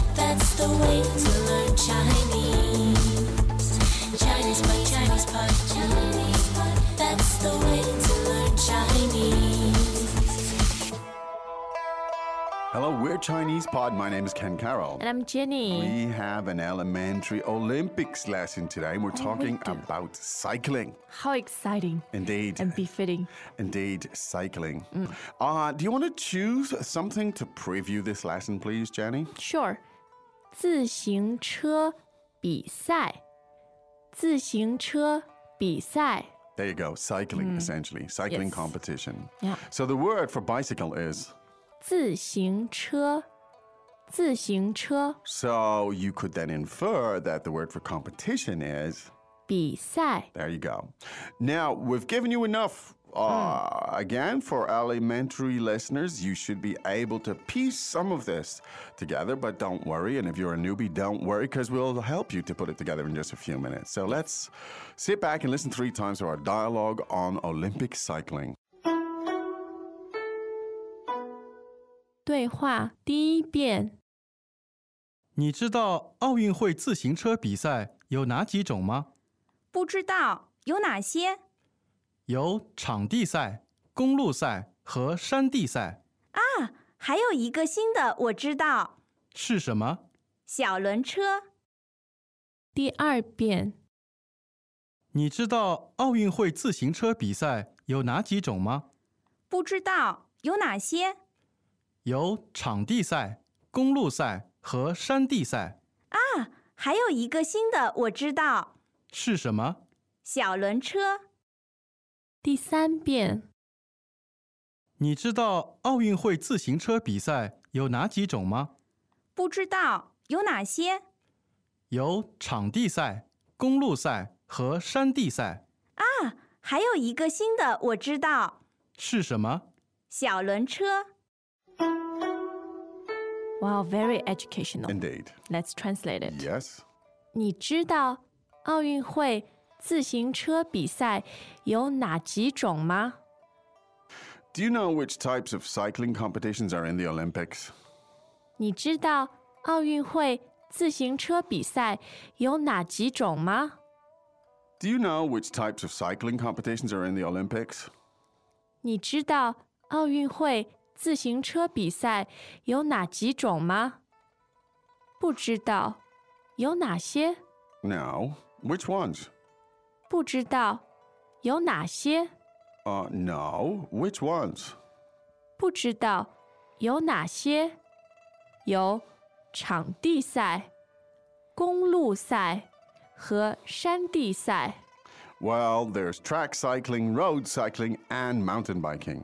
a way to learn Chinese. Chinese pot, Chinese pot, Chinese pot. That's the way to learn Chinese. Hello, we're Chinese Pod. My name is Ken Carroll. And I'm Jenny. We have an elementary Olympics lesson today, and we're talking about cycling. How exciting Indeed. and Mm. befitting. Indeed, cycling. Uh, do you want to choose something to preview this lesson, please, Jenny? Sure. 自行车比赛，自行车比赛。 There you go, cycling, essentially, cycling Mm. Yes. competition. Yeah. So the word for bicycle is 自行车，自行车 so you could then infer that the word for competition is 比赛。 There you go. Now, we've given you enough. Uh, Again, for elementary listeners, you should be able to piece some of this together, but don't worry. And if you're a newbie, don't worry, because we'll help you to put it together in just a few minutes. So let's sit back and listen three times to our dialogue on Olympic cycling. 对话第一遍，你知道奥运会自行车比赛有哪几种吗？不知道有哪些有场地赛、公路赛和山地赛。啊？还有一个新的，我知道，是什么？小轮车。第二遍，你知道奥运会自行车比赛有哪几种吗？不知道有哪些有场地赛、公路赛和山地赛。啊？还有一个新的，我知道，是什么？小轮车。第三遍，你知道奥运会自行车比赛有哪几种吗？不知道有哪些有场地赛、公路赛和山地赛。啊？还有一个新的，我知道，是什么？小轮车。哇、wow,，very educational. Indeed. Let's translate it. Yes. 你知道奥运会自行车比赛有哪几种吗？ Do you know which types of cycling competitions are in the Olympics? 你知道奥运会自行车比赛有哪几种吗？ Do you know which types of cycling competitions are in the Olympics? 你知道奥运会自行车比赛有哪几种吗？不知道，有哪些？ No. Which ones? 不知道，有哪些？ Uh, no. Which ones? 不知道有哪些？有场地赛、公路赛和山地赛。 Well, there's track cycling, road cycling, and mountain biking.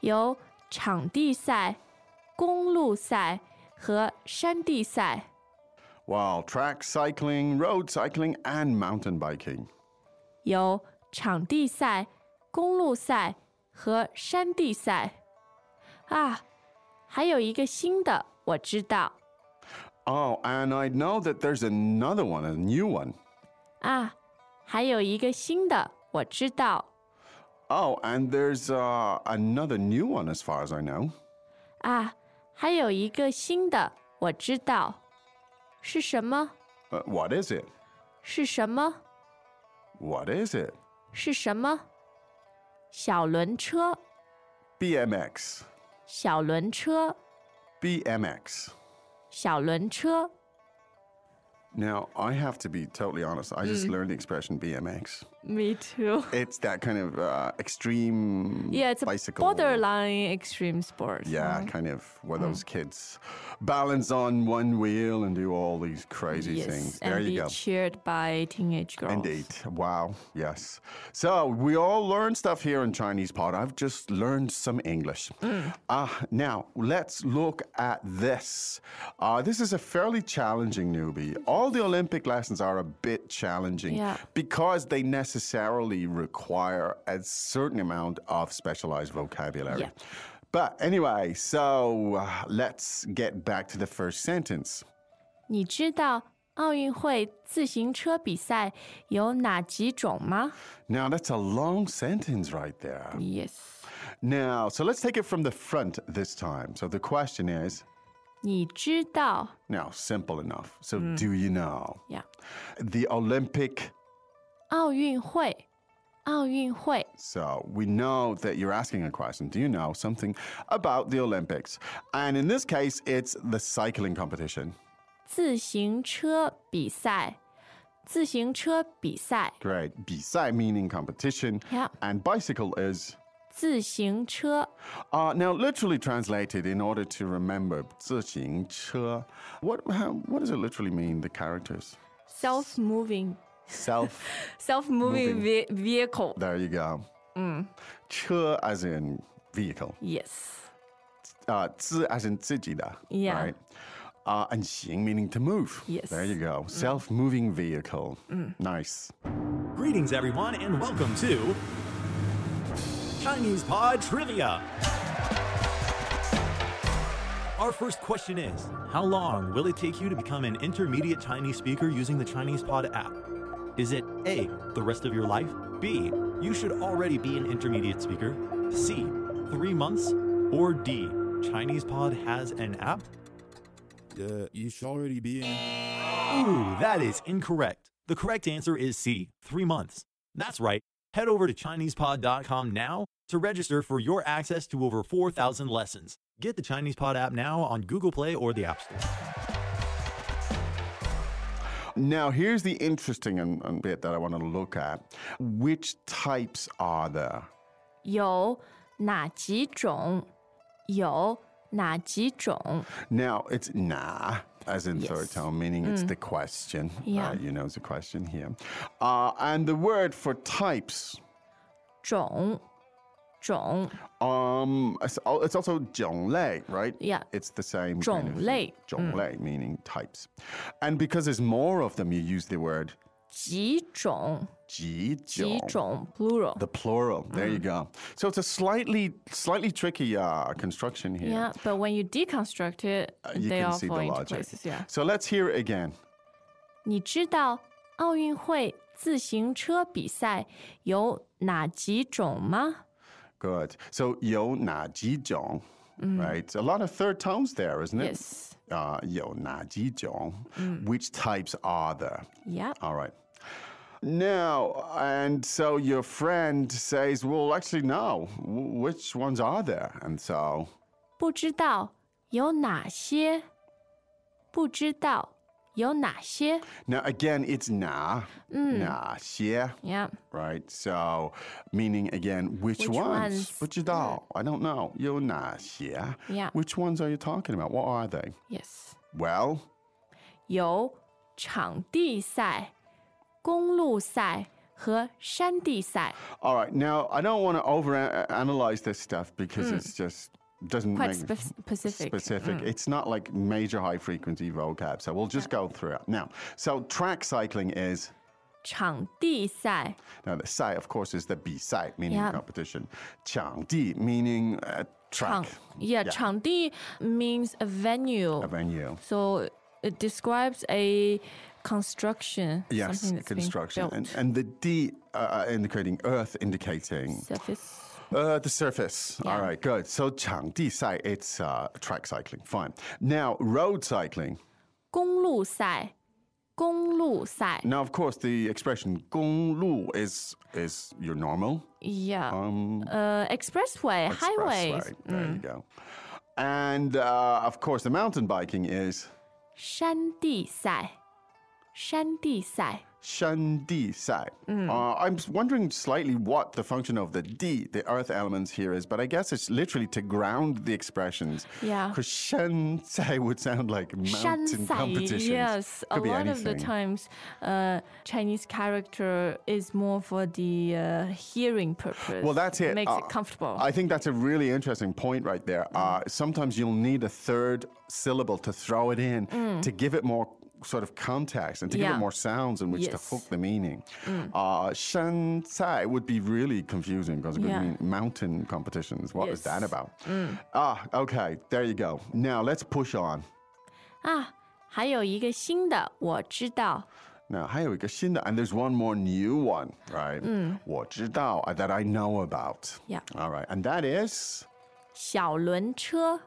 有场地赛、公路赛和山地赛。 While track cycling, road cycling, and mountain biking. 有场地赛、公路赛和山地赛。啊，还有一个新的，我知道 Oh, and I know that there's another one, a new one. 啊，还有一个新的，我知道 Oh, and there's uh, another new one as far as I know. 啊，还有一个新的，我知道是什么？ Uh, what is it? 是什么？ What is it? 是什么？小轮车， BMX. 小轮车。 BMX. 小轮车。 Now, I have to be totally honest. I Hmm. just learned the expression BMX. Me too. It's that kind of uh, extreme Yeah, it's a bicycle. borderline extreme sport. Yeah, kind of where Mm-hmm. those kids balance on one wheel and do all these crazy Yes, things. and There be you go. cheered by teenage girls. Indeed. Wow. Yes. So we all learn stuff here in Chinese pod. I've just learned some English. Mm. Ah, now let's look at this. Uh, this is a fairly challenging newbie. All the Olympic lessons are a bit challenging Yeah. because they necessarily require a certain amount of specialized vocabulary. Yeah. But anyway, so uh, let's get back to the first sentence. 你知道奥运会自行车比赛有哪几种吗 Now, that's a long sentence right there. ？Yes. Now, so let's take it from the front this time. So the question is 你知道 Now, simple enough. So, do you know? Hmm. Yeah. The Olympic. 奥运会，奥运会， So, we know that you're asking a question. Do you know something about the Olympics? And in this case, it's the cycling competition. 自行车比赛，自行车比赛， Great. 比赛 meaning competition. Yeah. And bicycle is. 自行车 Uh, now, literally translated in order to remember, 自行车. What, how, what does it literally mean, the characters? self moving Self. self moving ve- vehicle. there you go. Mm. 车 as in vehicle. Uh, Yes. 啊，自 as in 自己的 Yeah. right? Uh, and 行 meaning to move. Yes. Mm. There you go. Self-moving vehicle. Nice. Greetings, everyone, and welcome to Chinese Pod Trivia. Our first question is How long will it take you to become an intermediate Chinese speaker using the Chinese Pod app? Is it A, the rest of your life? B, you should already be an intermediate speaker? C, three months? Or D, Chinese Pod has an app? Uh, you should already be in. Ooh, that is incorrect. The correct answer is C, three months. That's right. Head over to ChinesePod.com now to register for your access to over 4,000 lessons. Get the Chinese Pod app now on Google Play or the App Store. Now here's the interesting and, and bit that I want to look at. Which types are there? 有哪几种？有哪几种？ Now it's nah. As in third tone, meaning it's the question. Mm. Yeah. Uh, you know, it's a question here. Uh, and the word for types, 种，种， um, it's, al- it's also 种类, right? Yeah. Mm. It's the same. kind of thing. 种类，种类, meaning types. And because there's more of them, you use the word 几种，几几种,种，plural。 the plural. There Mm. you go. So it's a slightly, slightly tricky uh, construction here. Yeah, but when you deconstruct it, Uh, you they can all see the fall into logic. places. Yeah. So let's hear it again. 你知道奥运会自行车比赛有哪几种吗？ Good. So 有哪几种, right? A lot of third tones there, isn't it? Mm. Yes. Mm. Uh, 有哪几种, which types are there? Yeah. All right. Now, and so your friend says, well, actually, no, w- which ones are there? And so, 不知道有哪些？不知道有哪些 now again, it's na, Mm. na, xie, ？Yeah. right? So, meaning again, which, Which ones? ones? Which is all? I don't know. Yo na, xie. Yeah. Which ones are you talking about? What are they? Yes. Well, 有场地赛、公路赛和山地赛， all right. Now, I don't want to overanalyze this stuff because it's just doesn't Mm. quite make spec- specific. Mm. specific. It's not like major high frequency vocab. So we'll just go through it. Now, so track cycling is, 场地赛 now the sai, of course, is the B side, meaning Yeah. competition. Chang di, meaning uh, 场 track, yeah, Yeah. 场地 means a venue. a venue. So it describes a construction. Yes, something that's being construction. built. And, and the D uh, indicating earth, indicating surface. Uh, the surface. All Yeah. right, good. So Chang Di Sai, it's uh, track cycling. Fine. Now, road cycling. 公路赛，公路赛 Now, of course, the expression Gong Lu is is your normal ，yeah，呃、expressway, Uh, highways，Um, Mm. expressway. There you go. And uh, of course, the mountain biking is 山地赛，山地赛 Shan Di Sai. Mm. Uh, I'm s- wondering slightly what the function of the D, the earth elements here is, but I guess it's literally to ground the expressions. Yeah. Because Shan Sai would sound like mountain 山赛 competitions. Yes, a Could be lot of the anything. times, uh, Chinese character is more for the uh, hearing purpose. Well, that's it. Makes Uh, it comfortable. I think that's a really interesting point right there. Uh, sometimes you'll need a third syllable to throw it in to give it more sort of context and to give it Mm. Yeah. more sounds in which to Yes. Mm. hook the meaning. Uh, Shan Tsai would be really confusing because it could Yeah. mean mountain competitions. What was that Yes. Mm. about? Ah, okay. There you go. Now let's push on. 啊，Ah, 还有一个新的，我知道。 Now, 还有一个新的, and there's one more new one, right? 我知道, uh, that I know about. Mm. Yeah. All right. And that is. 小轮车，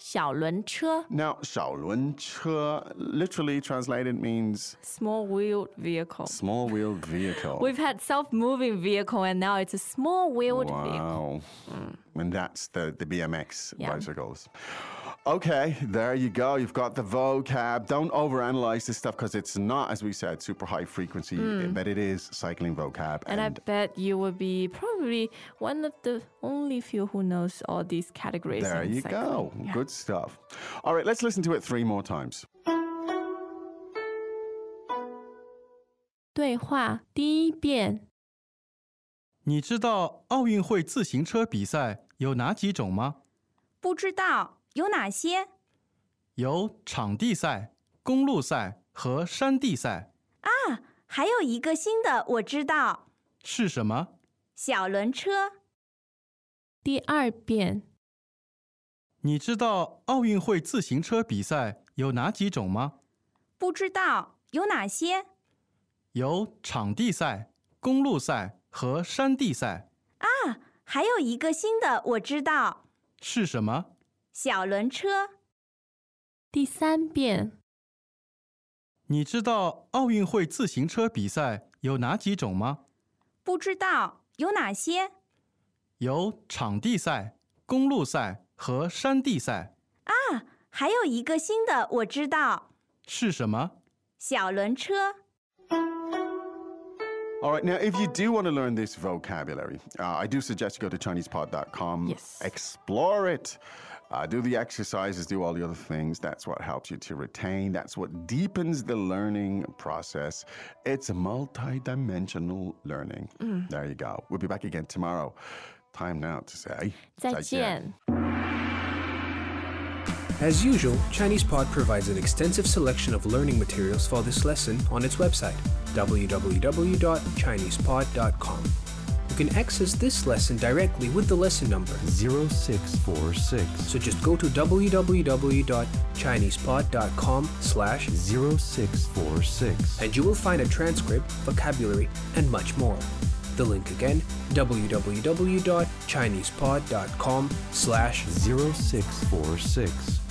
小轮车 Now, 小轮车 literally translated means （small wheeled vehicle）。 small wheeled vehicle. We've had self-moving vehicle, and now it's a small wheeled Wow. vehicle. Mm. And that's the, the BMX Yeah. bicycles. Okay, there you go. You've got the vocab. Don't overanalyze this stuff because it's not, as we said, super high frequency, but it is cycling vocab. Hmm. And I bet you will be probably one of the only few who knows all these categories. there in you cycling. go. Yeah. Good stuff. All right, let's listen to it three more times. 对话第一遍，你知道奥运会自行车比赛有哪几种吗？不知道有哪些有场地赛、公路赛和山地赛。啊？还有一个新的我知道，是什么？小轮车。第二遍，你知道奥运会自行车比赛有哪几种吗？不知道有哪些有场地赛、公路赛和山地赛。啊？还有一个新的我知道，是什么？小轮车。第三遍，你知道奥运会自行车比赛有哪几种吗？不知道有哪些有场地赛、公路赛和山地赛。啊？还有一个新的我知道，是什么？小轮车。 All right, now if you do want to learn this vocabulary, uh, I do suggest you go to ChinesePod.com. Yes. Explore it. Uh, do the exercises, do all the other things. That's what helps you to retain. That's what deepens the learning process. It's multidimensional learning. There you go. We'll be back again tomorrow. Time now to say 再见。 As usual, ChinesePod provides an extensive selection of learning materials for this lesson on its website, www.chinesepod.com. You can access this lesson directly with the lesson number, 0646 so just go to www.chinesepod.com slash 0646 and you will find a transcript, vocabulary, and much more. The link again, www.chinesepod.com slash 0646